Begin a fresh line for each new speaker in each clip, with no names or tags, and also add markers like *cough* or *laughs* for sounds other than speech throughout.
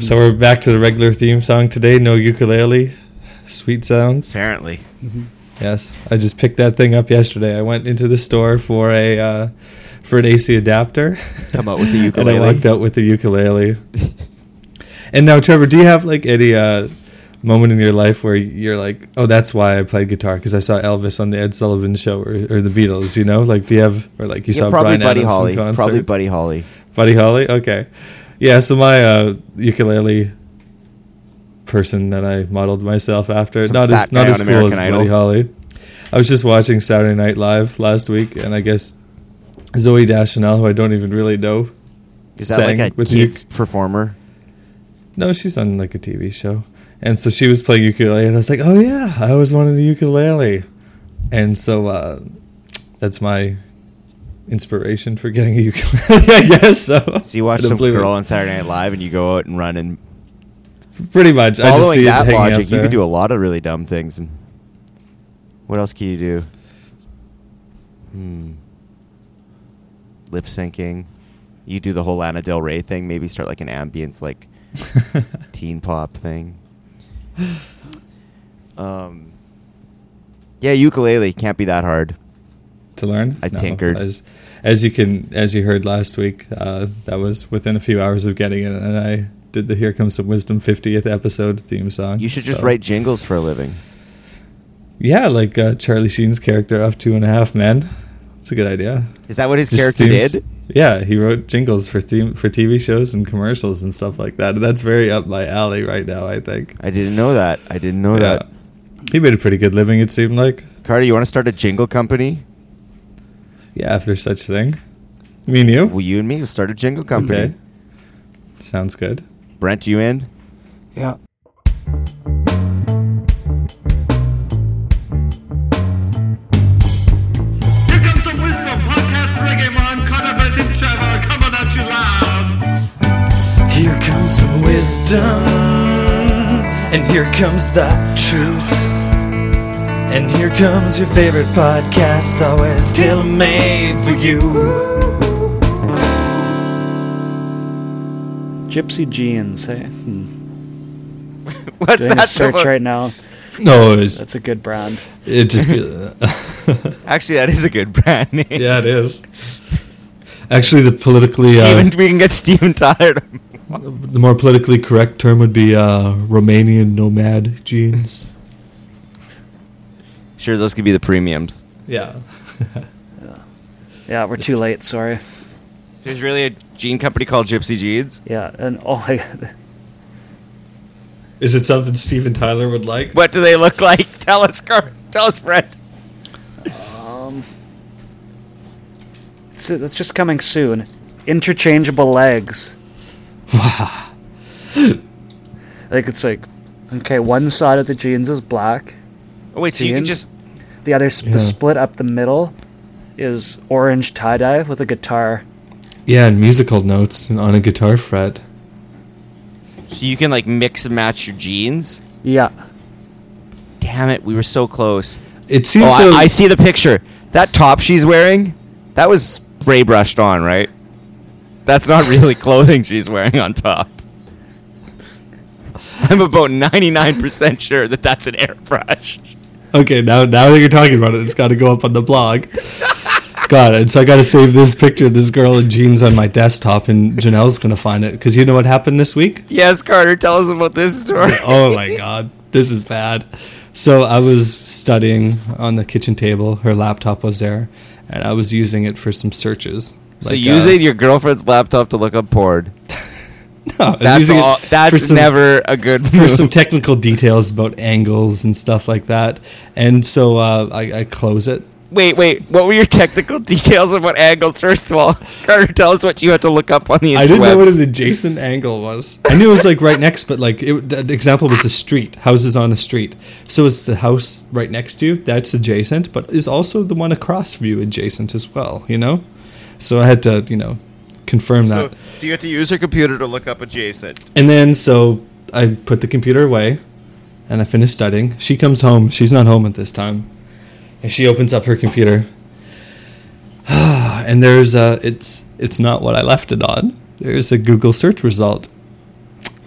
So we're back to the regular theme song today. No ukulele. Sweet sounds.
Apparently.
Yes, I just picked that thing up yesterday. I went into the store for a uh, for an AC adapter,
Come out with
*laughs*
the
and I
ukulele.
walked out with the ukulele. and now, Trevor, do you have like any uh, moment in your life where you're like, "Oh, that's why I played guitar because I saw Elvis on the Ed Sullivan Show or, or the Beatles"? You know, like do you have or like you
Yeah,
saw
probably
Brian
Buddy
Adams in
Holly.
concert?
Probably Buddy Holly.
Buddy Holly. Okay, yeah. So my uh, ukulele person that I modeled myself after,
Some
not
fat
as not
guy
as
on
cool as
American Idol.
Buddy Holly. I was just watching Saturday Night Live last week, and I guess Zoe Dashanel, who I don't even really know,
Is that
sang
like a
with the *laughs*
kids performer?
no, she's on like a TV show. And so she was playing ukulele, and I was like, oh yeah, I always wanted a ukulele. And so uh, that's my inspiration for getting a ukulele, *laughs* I guess. So,
So you watch
I don't
some
believe it.
girl on Saturday Night Live and you go out and run and
Pretty much. I just
following
see
that
it hanging
logic,
out
you
there.
could do a lot *laughs* of really dumb things. What else can you do? Hmm. Lip syncing. You do the whole Lana Del Rey thing. Maybe start like an ambience, like teen pop thing. *sighs* Um, yeah, ukulele can't be that hard.
*laughs* to learn.
I tinkered.
As, as you can, as you heard last week, uh, that was within a few hours of getting it, and I did the "Here Comes Some Wisdom" 50th episode theme song.
You should just
So-
write jingles for a living.
yeah, like uh, Charlie Sheen's character off Two and a Half Men. It's a good idea.
Is that what his
Just
character
themes-
did?
Yeah, he wrote jingles for theme for TV shows and commercials and stuff like that. And that's very up my alley right now. I think.
I didn't know that. I didn't know that.
He made a pretty good living. It seemed like.
Carter, you want to start a jingle company?
Yeah, if there's such thing. Me and you.
Well, you and me will start a jingle company.
Okay. Sounds good.
Brent, you in?
Yeah.
Here comes some wisdom, podcast reggae man, Connor Benedict Trevor, coming at you loud.
Here comes some wisdom, and here comes the truth. And here comes your favorite podcast, always still made for you.
Gypsy Jeans. Hey, hmm.
*laughs* What's
doing a search right now.
No, it's
That's a good brand.
It just be, *laughs*
Actually, that is a good *laughs* brand name.
yeah, it is. Actually, the politically uh,
Even we can get Steven tired.
the more politically correct term would be uh, Romanian nomad jeans.
Sure, those could be the premiums.
Yeah,
Yeah, we're too late. Sorry.
There's really a jean company called Gypsy Jeans.
Yeah, and oh, I, *laughs*
is it something Steven Tyler would like?
What do they look like? *laughs* Tell us, Car- tell us, Brent.
it's, it's just coming soon.
*laughs*
Interchangeable legs. like it's like, okay, one side of the jeans is black.
Oh, wait, so you can
Jeans?
just
The other, s
Yeah.
the split up the middle, is orange tie dye with a guitar.
Yeah, and musical notes on a guitar fret.
so you can like mix and match your jeans.
Yeah,
Damn it, we were so close.
It
Oh,
seems so.
I, I see the picture. That top she's wearing, that was spray brushed on, right? That's not *laughs* really clothing she's wearing on top. I'm about 99% sure that that's an airbrush.
okay, now now that you're talking about it, it's got to go up on the
*laughs*
blog. God, and so I got to save this picture of this girl in jeans on my desktop, and Janelle's gonna find it because you know what happened this week.
*laughs* Yes, Carter, tell us about this *laughs* story.
oh my god, this is bad. So I was studying on the kitchen table. Her laptop was there, and I was using it for some searches.
So
Like,
using
uh,
your girlfriend's laptop to look up porn.
no, uh, *laughs* I was
That's
using it
all,
for
that's
some-
never a
*laughs*
good
for
move.
some technical details about angles and stuff like that. And so uh, I, I close it.
wait, wait. What were your technical *laughs* details about angles first of all? *laughs* Carter, tell us what you had to look up on the internet.
I didn't know what an adjacent angle was. I knew it was like right next, but like it, the the example was the street, houses on a street. So it's the house right next to you that's adjacent, but is also the one across from you adjacent as well. You know, so I had to you know confirm that.
so you had to use her computer to look up adjacent.
And then so I put the computer away, and I finished studying. She comes home. She's not home at this time, and she opens up her computer. *sighs* and there's a it's it's not what I left it on. There's a Google search result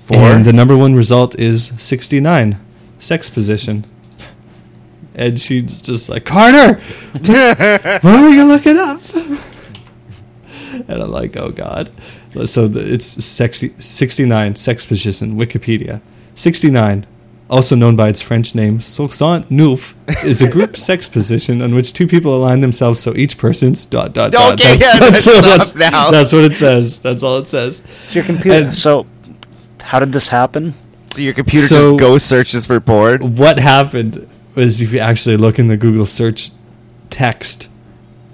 Four.
And the number one result is 69, sex position. And she's just like,
*laughs*
Carter, what were you looking up? *laughs* And I'm like, oh God. So the, it's sexy, 69, sex position, Wikipedia. 69, also known by its French name, Soixante Neuf, is a group sex position on which two people align themselves so each person's dot, dot, dot.
Okay, yeah,
that's,
that's
that's,
enough now.
that's what it says. That's all it says.
So your computer.
And-
so, how did this happen?
So your computer
So- Oh.
just go searches for board.
what happened was if you actually look in the Google search text,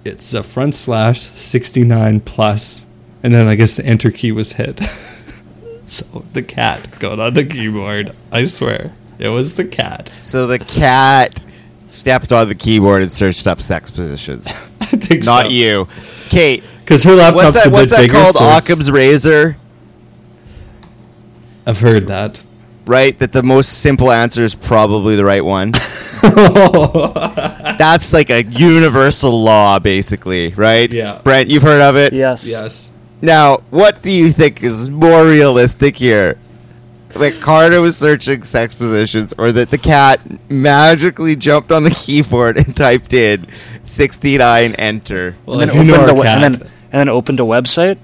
it's a front slash 69 plus, and then I guess the enter key was hit. *laughs* so the cat going on the keyboard. I swear. It was the cat. *laughs*
So the cat stepped on the keyboard and searched up sex positions.
*laughs* I think
Not you, Kate.
Because her laptop's a
What's that?
bit
What's that
bigger,
called?
so it's-
Occam's razor,
I've heard
*laughs*
that. *laughs*
right? That the most simple answer is probably the
*laughs*
right one. That's like a universal law, basically, right?
Yeah.
Brent, you've heard of it.
Yes.
yes.
Now, what do you think is more realistic here? That Carter was searching sex positions, or that the cat magically jumped on the keyboard and typed in 69 enter? *laughs*
Well,
and,
if
then
you know
opened
our
a, we-
cat.
and then and then opened a website.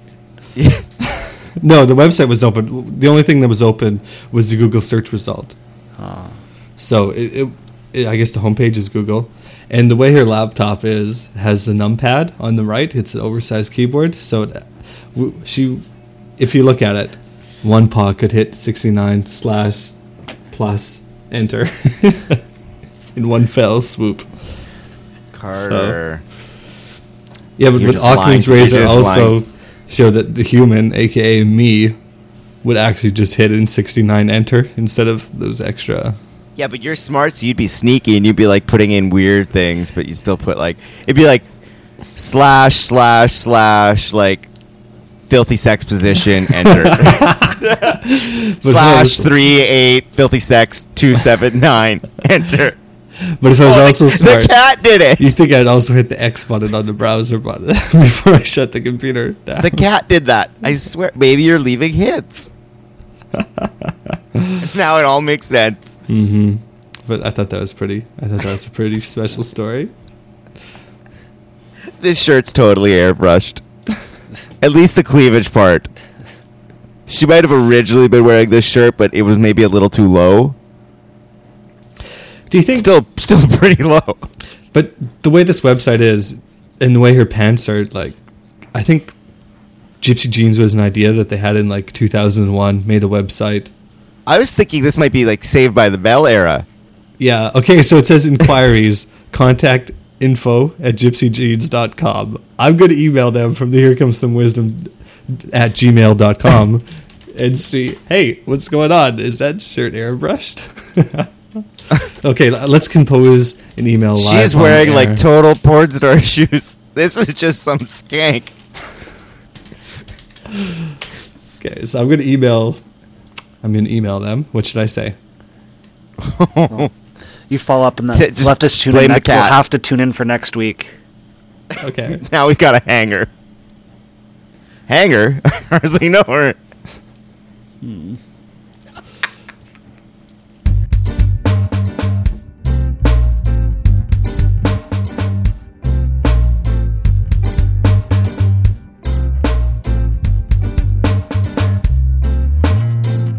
No, the website was open. The only thing that was open was the Google search result. So it, it, it, I guess the homepage is Google, and the way her laptop is has the numpad on the right. It's an oversized keyboard, so it, w- she, if you look at it, one paw could hit sixty nine slash plus enter *laughs* in one fell swoop.
Carter.
Yeah, but,
You're
but
just lying.
Occam's
You're
razor
just
also
lying.
showed that the human, aka me, would actually just hit in 69 enter instead of those extra. *laughs*
Yeah, but you're smart, so you'd be sneaky and you'd be like putting in weird things, but you still put like it'd be like slash slash slash like filthy sex position enter
*laughs* But
slash
if I was,
three eight filthy sex two seven nine enter.
but if I was
Oh, the-
also
*laughs* the,
smart,
cat did
you
it.
think I'd also hit the X button on the browser button *laughs* before I shut the computer down?
*laughs* The cat did that. I swear. Maybe you're
*laughs*
leaving hits. now it all makes sense.
but I thought that was pretty. I thought that was a pretty special story.
This shirt's totally airbrushed. At least the cleavage part. She might have originally been wearing this shirt, but it was maybe a little too low.
Do you think
Still, still *laughs* pretty low.
But the way this website is, and the way her pants are, like, I think Gypsy Jeans was an idea that they had in like 2001, made a website.
I was thinking this might be like Saved by the Bell era.
Yeah. Okay. So it says
*laughs*
inquiries, contact info at gypsyjeans.com. I'm going to email them from the Here Comes Some Wisdom at
*laughs*
gmail.com and see, hey, what's going on? Is that shirt airbrushed? *laughs* okay. l- Let's compose an email live.
She's
on
wearing
air.
like total porn star *laughs* shoes. This is just some skank.
Okay, so I'm gonna email. I'm gonna email them. What should I say?
You fall up in the
T- just
leftist tune
blame
in.
the
Next, we'll
cat.
have to tune in for next week.
Okay,
*laughs* Now we got a hanger. Hanger? *laughs* I hardly know her. Hmm.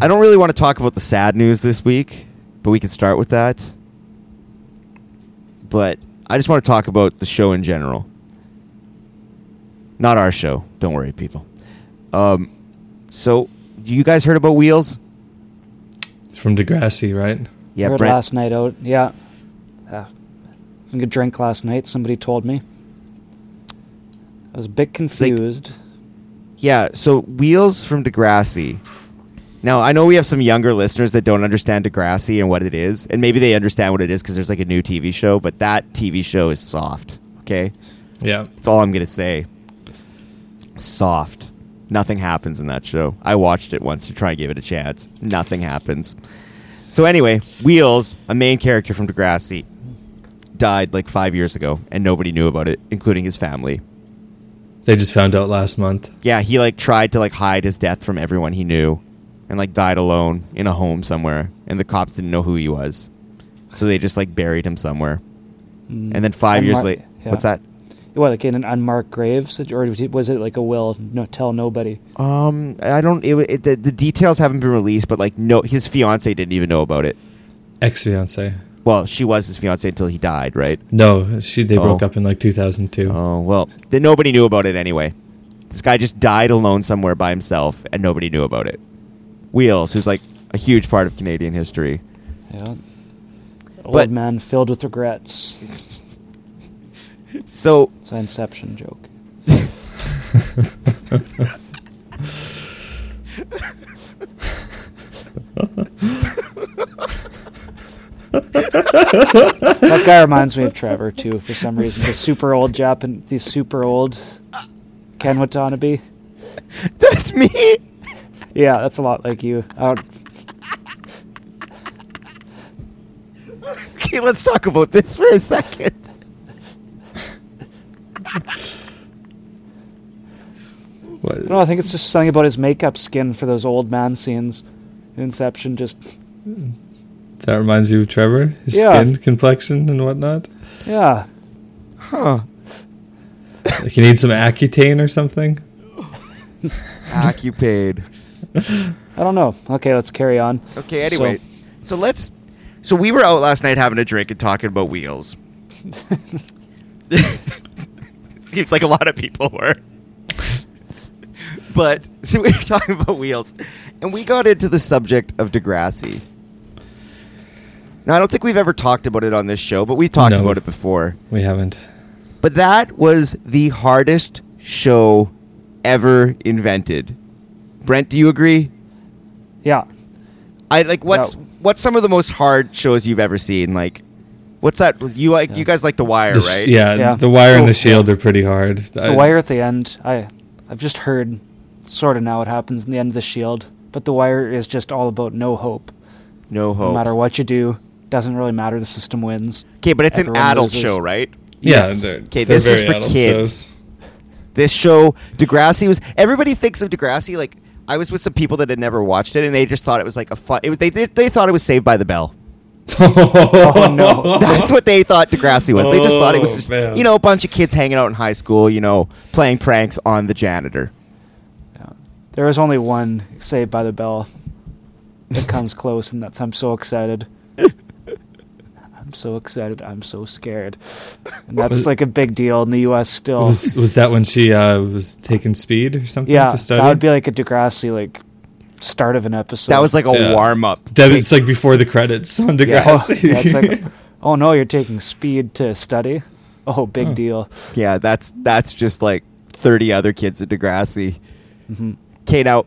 I don't really want to talk about the sad news this week, but we can start with that. But I just want to talk about the show in general. Not our show. Don't worry, people. Um, so, you guys heard about Wheels?
*laughs* it's from Degrassi, right?
Yeah,
Heard
Brent.
last night out. Yeah. Uh, having a drink last night. Somebody told me. I was a bit confused.
Yeah, so Wheels from Degrassi. Now, I know we have some younger listeners that don't understand Degrassi and what it is, and maybe they understand what it is because there's like a new TV show, but that TV show is soft, okay?
Yeah.
That's all I'm going to say. Soft. Nothing happens in that show. I watched it once to try and give it a chance. Nothing happens. So, anyway, Wheels, a main character from Degrassi, died like five years ago, and nobody knew about it, including his family.
They just found out last month.
Yeah, he like tried to like hide his death from everyone he knew. and like died alone in a home somewhere, and the cops didn't know who he was, so they just like buried him somewhere. And then five
Mm. And
years
Mar-
later,
yeah.
what's that?
What, like in an unmarked grave? Such- Or was it- was it like a will, no, tell nobody?
Um, I don't. It, it, the, the details haven't been released, but like, no, his fiance didn't even know about it.
Ex fiance.
Well, she was his fiance until he died, right?
No, she they broke
Oh.
up in like 2002.
Oh well, then nobody knew about it anyway. This guy just died alone somewhere by himself, and nobody knew about it. Wheels, who's like a huge part of Canadian history.
Yeah. Old
But-
man filled with regrets.
So *laughs*
It's an Inception joke. that guy reminds me of Trevor too, for some reason. The super old Japan, the super old Ken Watanabe.
that's me.
Yeah, that's a lot like you. I don't-
Okay, let's talk about this for a second.
What?
no, I think it's just something about his makeup skin for those old man scenes. in Inception just
That reminds you of Trevor, his
Yeah.
skin complexion and whatnot.
yeah.
Like you need some Accutane or something.
Occupied.
I don't know. Okay, let's carry on.
Okay,
So-
anyway. So, let's. So we were out last night having a drink and talking about wheels. Seems like a lot of people were. but *laughs* so we were talking about wheels, and we got into the subject of Degrassi. Now I don't think we've ever talked about it on this show, but we've talked
No.
about it before.
We haven't.
But that was the hardest show ever invented. Brent, do you agree?
Yeah.
I like what's
No.
what's some of the most hard shows you've ever seen? Like, what's that? You like you guys like The Wire,
The sh-
right?
yeah,
Yeah.
the wire and
Oh,
the shield are pretty hard.
The wire at the end, I I've just heard sort of now what happens in the end of the shield, but the wire is just all about no hope.
No
No matter
hope.
what you do, doesn't really matter, the system wins. *laughs*
Okay, but it's an
Everyone
adult
loses.
show, right?
Yeah,
Yes.
they're,
Okay,
they're
this is
very
for
adult
kids.
shows. *laughs*
This show, Degrassi was. Everybody thinks of Degrassi like I was with some people that had never watched it, and they just thought it was like a fun. It, was- they did- they thought it was Saved by the Bell.
*laughs*
*laughs*
*laughs*
Oh no.
That's what they thought Degrassi was. They just thought it was
Oh,
just
man.
you know a bunch of kids hanging out in high school, you know, playing pranks on the janitor.
There is only one saved by the bell that comes close and that's I'm
*laughs*
so excited. I'm so excited, I'm so scared. And that's
Was-
like a big deal in the US still.
Was was that when she uh, was taking speed or something
yeah.
to study?
That would be like a Degrassi like start of an episode.
That was like a
Yeah.
warm up.
That it's like before the credits on
Oh,
*laughs*
Degrassi.
yeah, it's
*laughs*
like, oh no, you're taking speed to study. Oh,
Hmm.
big deal.
Yeah, that's that's just like thirty other kids at Degrassi.
Mm-hmm.
Okay, now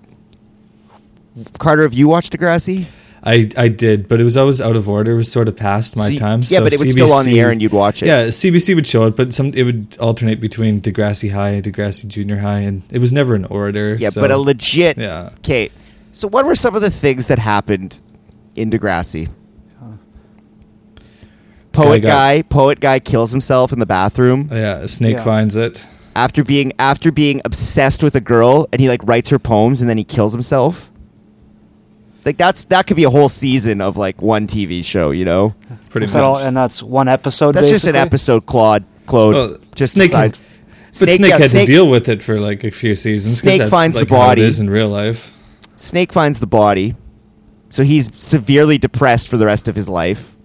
Carter, have you watched Degrassi?
I I did, but it was always out of order. It was sort of past my
See-
time.
yeah,
so
but it would
CBC,
still on the air and you'd watch it.
Yeah, CBC would show it, but some it would alternate between Degrassi High and Degrassi Junior High, and it was never in order.
Yeah,
so-
but a legit.
Yeah.
Okay, so what were some of the things that happened in Degrassi? Poet
Guy
guy,
got- Uh,
poet guy kills himself in the bathroom
Oh, yeah, Snake
Yeah.
finds it.
after being after being obsessed with a girl, and he like writes her poems, and then he kills himself. Like that's that could be a whole season of like one TV show, you know?
Pretty
Is
much.
that all- and that's one episode.
That's just an
basically?
episode, Claude. Claude.
Well,
just
Snake-
decides-
but Snake,
yeah,
had
Snake-
to deal with it for like a few seasons. 'cause
Snake
that's,
finds the
like, how
body.
It is in real life.
Snake finds the body, so he's severely depressed for the rest of his life.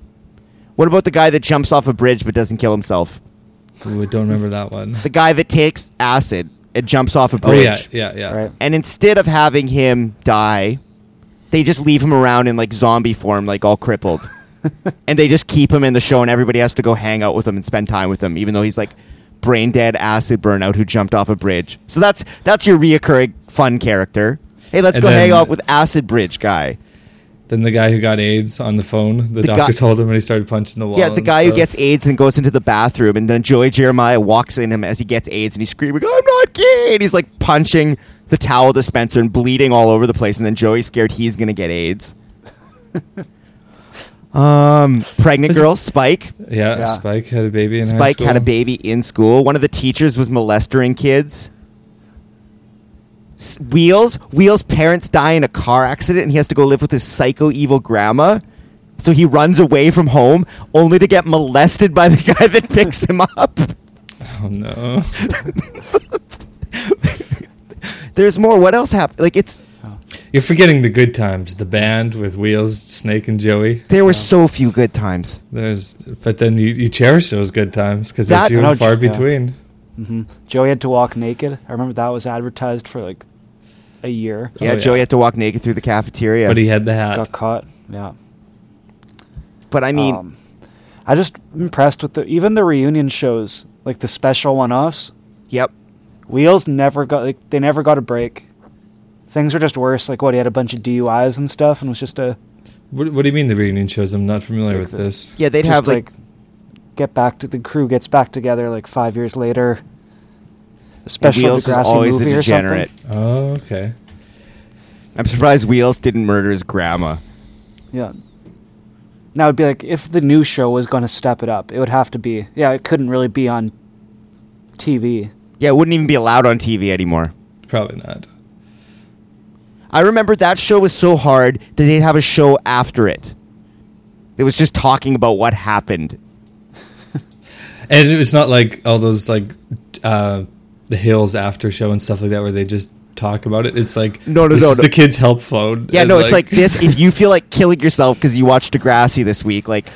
What about the guy that jumps off a bridge but doesn't kill himself?
Ooh, I don't remember that one.
The guy that takes acid and jumps off a
Oh
bridge.
yeah, yeah, yeah.
Right.
And instead of having him die, they just leave him around in like zombie form, like
*laughs*
all crippled. and they just keep him in the show, and everybody has to go hang out with him and spend time with him, even though he's like brain dead acid burnout who jumped off a bridge. So that's that's your reoccurring fun character. Hey, let's
And
go hang
then-
out with acid bridge guy.
Then the guy who got AIDS on the phone, the,
The
doctor
guy-
told him, and he started punching the wall.
Yeah, the
and
guy who
stuff.
gets AIDS and goes into the bathroom, and then Joey Jeremiah walks in him as he gets AIDS, and he's screaming, "I'm not gay!" And he's like punching the towel dispenser and bleeding all over the place. And then Joey's scared he's gonna get AIDS. *laughs* um, pregnant girl Spike.
yeah,
Yeah.
Spike had a baby. In high
Spike
school.
had a baby in school. One of the teachers was molestering kids. S- Wheels, Wheels' parents die in a car accident, and he has to go live with his psycho evil grandma. So he runs away from home only to get molested by the *laughs* guy that picks him up.
Oh no. *laughs*
There's more. What else happened? Like it's
You're forgetting the good times, the band with Wheels, Snake, and Joey.
there were so few good times.
There's, but then you, you cherish those good times because they're
That-
few
No,
and far
yeah.
between.
mm-hmm. Joey had to walk naked. I remember that was advertised for like a year.
Yeah,
Oh, yeah.
Joey had to walk naked through the cafeteria.
But he had the hat.
Got caught. Yeah.
but I mean,
um, I just impressed with the even the reunion shows, like the special one offs.
yep.
Wheels never got like they never got a break. Things were just worse. Like what he had a bunch of DUIs and stuff, and was just a
What, what do you mean the reunion shows? I'm not familiar with
the-
this.
Yeah, they'd
just
have like,
get back to the crew gets back together like five years later. A special
Wheels is
Degrassi
always a
movie or
degenerate.
something.
Oh, okay.
I'm surprised Wheels didn't murder his grandma.
Yeah. Now it'd be like if the new show was going to step it up, it would have to be yeah. It couldn't really be on TV.
Yeah, it wouldn't even be allowed on TV anymore.
Probably not.
I remember that show was so hard that they'd have a show after it. It was just talking about what happened.
And it's not like all those like uh, the Hills after show and stuff like that where they just talk about it. It's like
No, no,
this
no,
is
no.
the kids' help phone.
Yeah,
And,
no, it's like this. If you feel like killing yourself because you watched Degrassi this week, like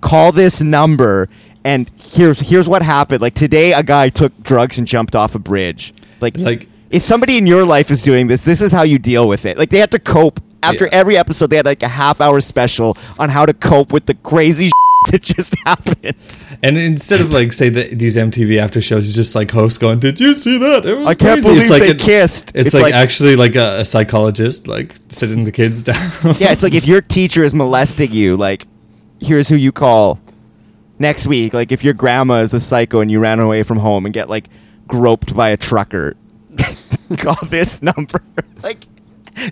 call this number and here's here's what happened. Like today, a guy took drugs and jumped off a bridge. Like,
Like-
if somebody in your life is doing this, this is how you deal with it. Like they had to cope after
Yeah.
every episode. They had like a half hour special on how to cope with the crazy *laughs* that just happened.
And instead of like say that these MTV after shows, it's just like hosts going, "Did you see that? It was
I can't
crazy."
believe
it's like
they kissed.
It's,
It's
like,
like-
actually like a, a psychologist like sitting the kids *laughs* down.
Yeah, it's like if your teacher is molesting you, like, here's who you call next week. Like, if your grandma is a psycho and you ran away from home and get, like, groped by a trucker, *laughs* call this number. *laughs* like,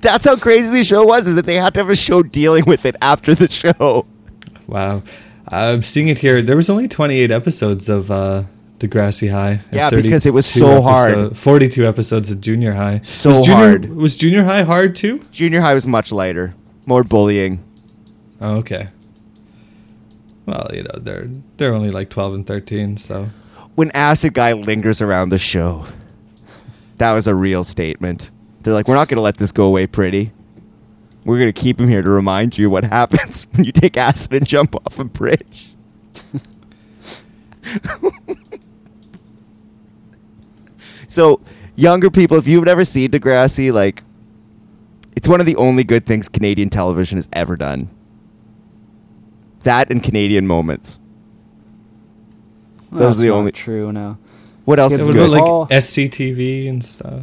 that's how crazy the show was, is that they had to have a show dealing with it after the show.
wow, I'm seeing it here. There was only 28 episodes of uh, Degrassi High. and
Yeah, because it was
32
so hard.
episo- 42 episodes of Junior High.
So
was junior,
hard.
Was Junior High hard too?
Junior high was much lighter, more bullying.
Oh, okay. Well, you know they're they're only like 12 and 13, so
When Acid Guy lingers around the show, that was a real statement. They're like, we're not going to let this go away pretty. We're going to keep him here to remind you what *laughs* happens when you take acid and jump off a bridge. *laughs* so, younger people, if you've never seen Degrassi, like, it's one of the only good things Canadian television has ever done. That and Canadian moments. Those
That's
are the
not
only.
true now.
What else
Yeah,
is
what
good?
about like
Hall.
SCTV and stuff?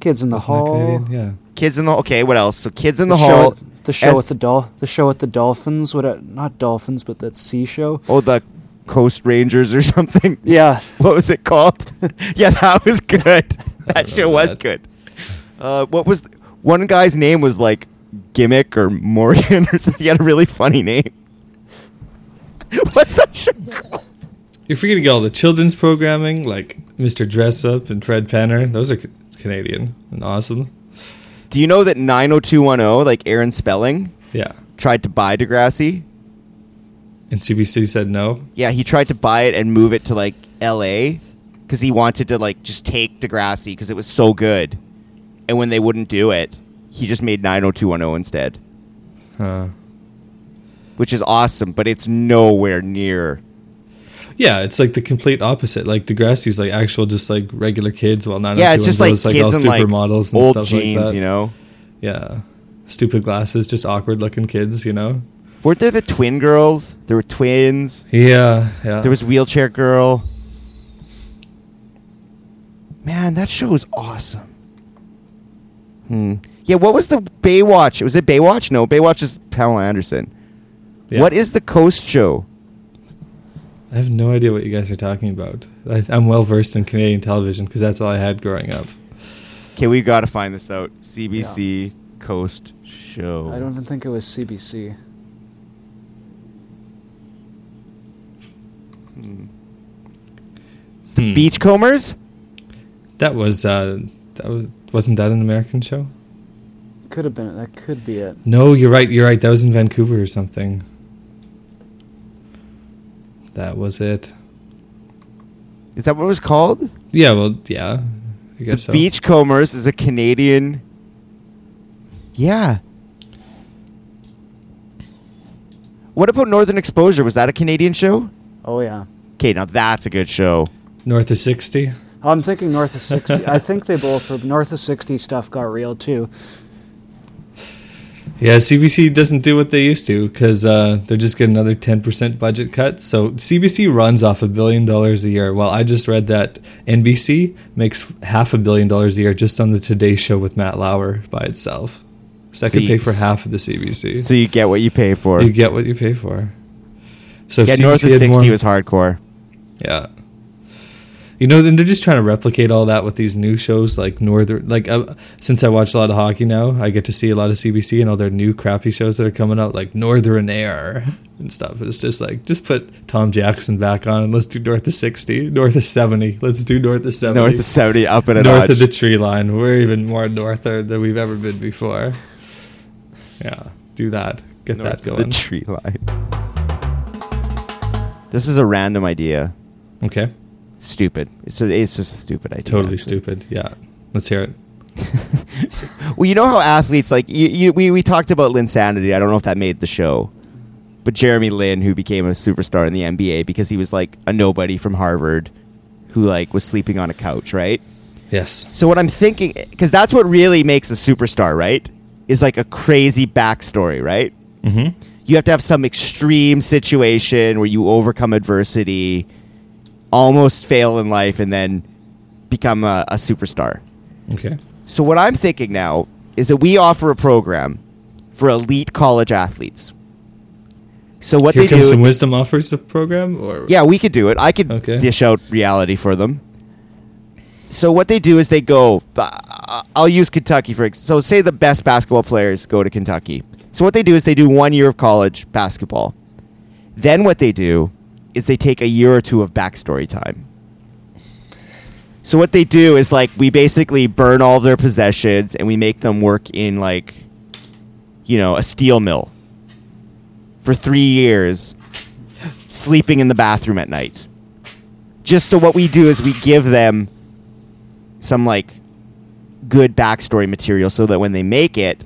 Kids in the
Wasn't that
Hall.
Canadian? Yeah.
Kids in the okay. What else? So kids in the,
the
hall.
show, the show
S-
with the dol, the show with the dolphins. What? it- Not dolphins, but that sea show.
oh the Coast Rangers or *laughs* something.
*laughs* Yeah,
What was it *laughs* called? yeah, that was *laughs* good. That show was
that.
good. Uh, what was one guy's name was like gimmick or Morgan *laughs* or something. He had a really funny name. *laughs* What's that show called?
You're forgetting all the children's programming, like Mr. Dress Up and Fred Penner. Those are ca- Canadian and awesome.
Do you know that 90210, like Aaron Spelling,
Yeah.
tried to buy Degrassi?
And CBC said no.
Yeah, he tried to buy it and move it to like L.A. because he wanted to like just take Degrassi because it was so good. And when they wouldn't do it, he just made 90210 instead,
Huh.
which is awesome. But it's nowhere near.
Yeah, it's like the complete opposite. Like Degrassi's like actual, just like regular kids. Well, not
yeah, it's just like kids and like
supermodels and
old
stuff
jeans,
like that.
you know.
Yeah, stupid glasses, just awkward looking kids. You know.
Weren't there the twin girls? There were twins.
Yeah, yeah.
There was wheelchair girl. Man, that show was awesome. Hmm. Yeah, what was the Baywatch? Was it Baywatch? No, Baywatch is Pamela Anderson.
Yeah.
What is the Coast Show?
I have no idea what you guys are talking about. I, I'm well versed in Canadian television because that's all I had growing up.
Okay, we got to find this out. CBC Coast Show.
I don't even think it was CBC.
Hmm.
Beachcombers?
That was uh, that was Wasn't that an American show?
Could have been. That could be it.
No, you're right. You're right. That was in Vancouver or something. That was it.
Is that what it was called?
Yeah. Well. Yeah. I
The
guess so.
Beachcombers is a Canadian. Yeah. What about Northern Exposure? Was that a Canadian show?
Oh yeah.
Okay, now that's a good show.
North of sixty.
I'm thinking north of sixty.
*laughs*
I think they both were north of sixty stuff got real too.
Yeah, CBC doesn't do what they used to because uh, they're just getting another 10% budget cut. So CBC runs off a billion dollars a year. While I just read that NBC makes half a billion dollars a year just on the Today Show with Matt Lauer by itself. So that could pay for
Jeez.
half of the CBC.
So you get what you pay for.
you get what you pay for. So if
yeah, North of
had
60
more-
was hardcore.
yeah. You know, then they're just trying to replicate all that with these new shows like Northern. Like, uh, since I watch a lot of hockey now, I get to see a lot of CBC and all their new crappy shows that are coming out, like Northern Air and stuff. It's just like, just put Tom Jackson back on and let's do North of 60, North of 70. Let's do North of 70.
North of 70, up and a
north
notch.
of the tree line. We're even more north than we've ever been before. Yeah, do that. Get that
North of
going.
*laughs* the tree line. This is a random idea.
okay.
Stupid. It's, a, it's just a stupid idea.
Totally
actually.
stupid. Yeah. Let's hear it.
Well, you know how athletes like you, you, we we talked about Linsanity. I don't know if that made the show, but Jeremy Lin, who became a superstar in the NBA because he was like a nobody from Harvard, who like was sleeping on a couch, right?
Yes.
So what I'm thinking, because that's what really makes a superstar, right? Is like a crazy backstory, right?
Mm-hmm.
You have to have some extreme situation where you overcome adversity, almost fail in life, and then become a, a superstar.
Okay.
So what I'm thinking now is that we offer a program for elite college athletes. So what
Here
they do,
comes some wisdom offers the program, or
yeah, we could do it. I could
Okay.
dish out reality for them. So what they do is they go. uh, I'll use Kentucky for ex- so say the best basketball players go to Kentucky. So what they do is they do one year of college basketball. Then what they do is they take a year or two of backstory time. So what they do is like we basically burn all their possessions and we make them work in like you know, a steel mill for 3 years sleeping in the bathroom at night. Just so what we do is we give them some like good backstory material so that when they make it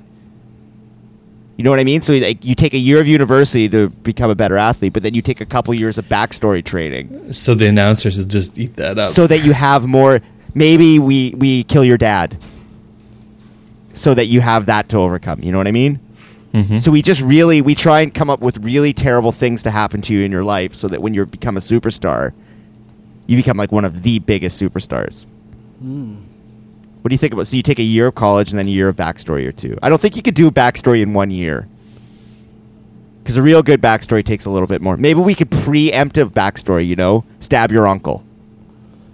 you know what I mean? So like, you take a year of university to become a better athlete, but then you take a couple years of backstory training
so the announcers will just eat that up.
so that you have more. Maybe we we kill your dad, so that you have that to overcome. You know what I mean?
Mhm.
So we just really we try and come up with really terrible things to happen to you in your life, so that when you become a superstar, you become like one of the biggest superstars.
Hmm.
What do you think about? So you take a year of college and then a year of backstory or two. I don't think you could do backstory in one year. Because a real good backstory takes a little bit more. Maybe we could preemptive backstory, you know? Stab your uncle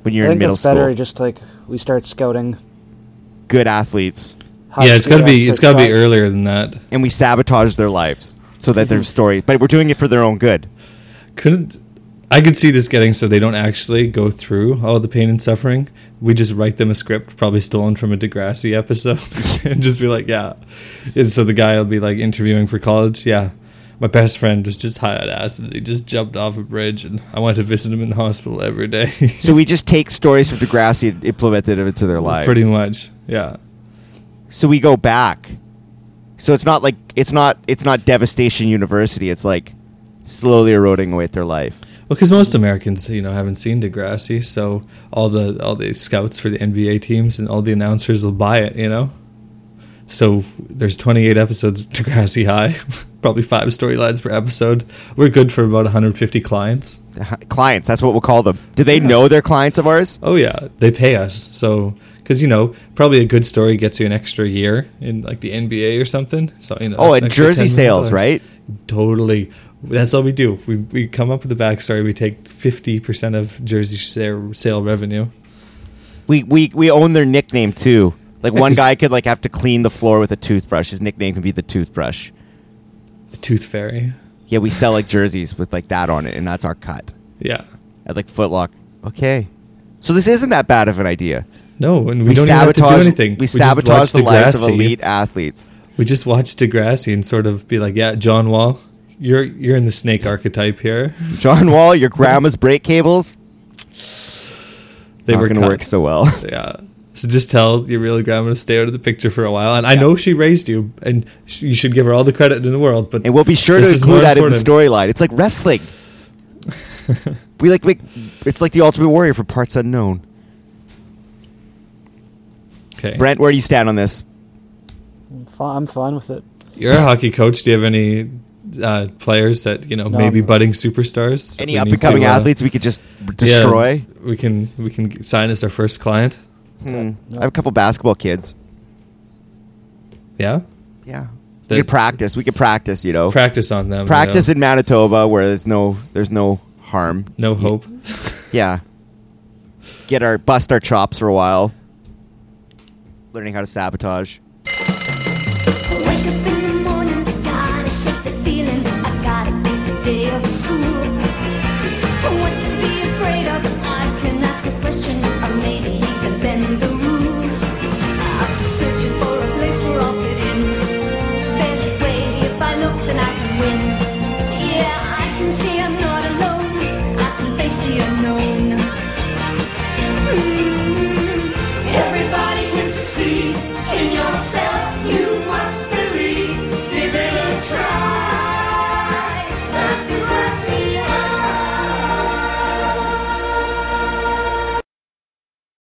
when you're
I
in
think
middle
it's better
school.
just like we start scouting.
Good athletes.
high
yeah, it's
school
gotta be
after
it's gotta be
shot.
earlier than that.
And we sabotage their lives so that
*laughs*
their story. But we're doing it for their own good.
Couldn't I could see this getting so they don't actually go through all the pain and suffering. We just write them a script, probably stolen from a Degrassi episode, *laughs* and just be like, yeah. And so the guy will be like interviewing for college. Yeah, my best friend was just high on acid. He just jumped off a bridge, and I went to visit him in the hospital every day. *laughs*
So we just take stories from Degrassi and implement it into their lives.
Pretty much, yeah.
so we go back so it's not like it's not it's not devastation university it's like slowly eroding away at their life *laughs*
Well, because most Americans, you know, haven't seen Degrassi, so all the all the scouts for the NBA teams and all the announcers will buy it, you know. So there's 28 episodes of Degrassi High, *laughs* probably five storylines per episode. We're good for about 150 clients.
clients that's what we'll call them do they know they're clients of ours
Oh yeah, they pay us. So because you know, probably a good story gets you an extra year in like the NBA or something. So you know,
Oh,
that's
and
an extra
jersey
$10 million
sales, right?
Totally. That's all we do. We we come up with a backstory. We take 50 percent of jersey sale, sale revenue.
we we, we own their nickname too like one
It's-
guy could like have to clean the floor with a toothbrush his nickname could be the toothbrush
The Tooth Fairy.
yeah we sell like jerseys with like that on it and that's our cut
Yeah.
at like footlock okay so this isn't that bad of an idea
No, and we,
we
don't even have
sabotage
to do anything.
We, sabotage
just watch
the lives of
Degrassi.
elite athletes.
We just watch Degrassi and sort of be like, yeah, John Wall, you're you're in the snake archetype here.
John Wall, your grandma's brake cables
They
not
were
going to
cut.
work so well. *laughs*
Yeah. So just tell your real grandma to stay out of the picture for a while. And I know she raised you, and sh- you should give her all the credit in the world. But
and we'll be sure
This
to
is more
include that in the
important.
storyline. It's like wrestling.
*laughs*
we like make, it's like the Ultimate Warrior for parts unknown.
okay.
Brent, where do you stand on this?
I'm fine, I'm fine with it.
you're a hockey coach. Do you have any uh, players that you know
No.
maybe budding superstars? that
Any
we
up
need
and coming
to, uh,
athletes we could just
yeah,
destroy?
we can we can g- sign as our first client.
Hmm. I have a couple basketball kids.
Yeah,
Yeah,
The-
we could practice. We could practice. You know,
practice on them. you
practice
know.
in Manitoba where there's no there's no harm.
No hope.
Yeah, get our bust our chops for a while. Learning how to sabotage.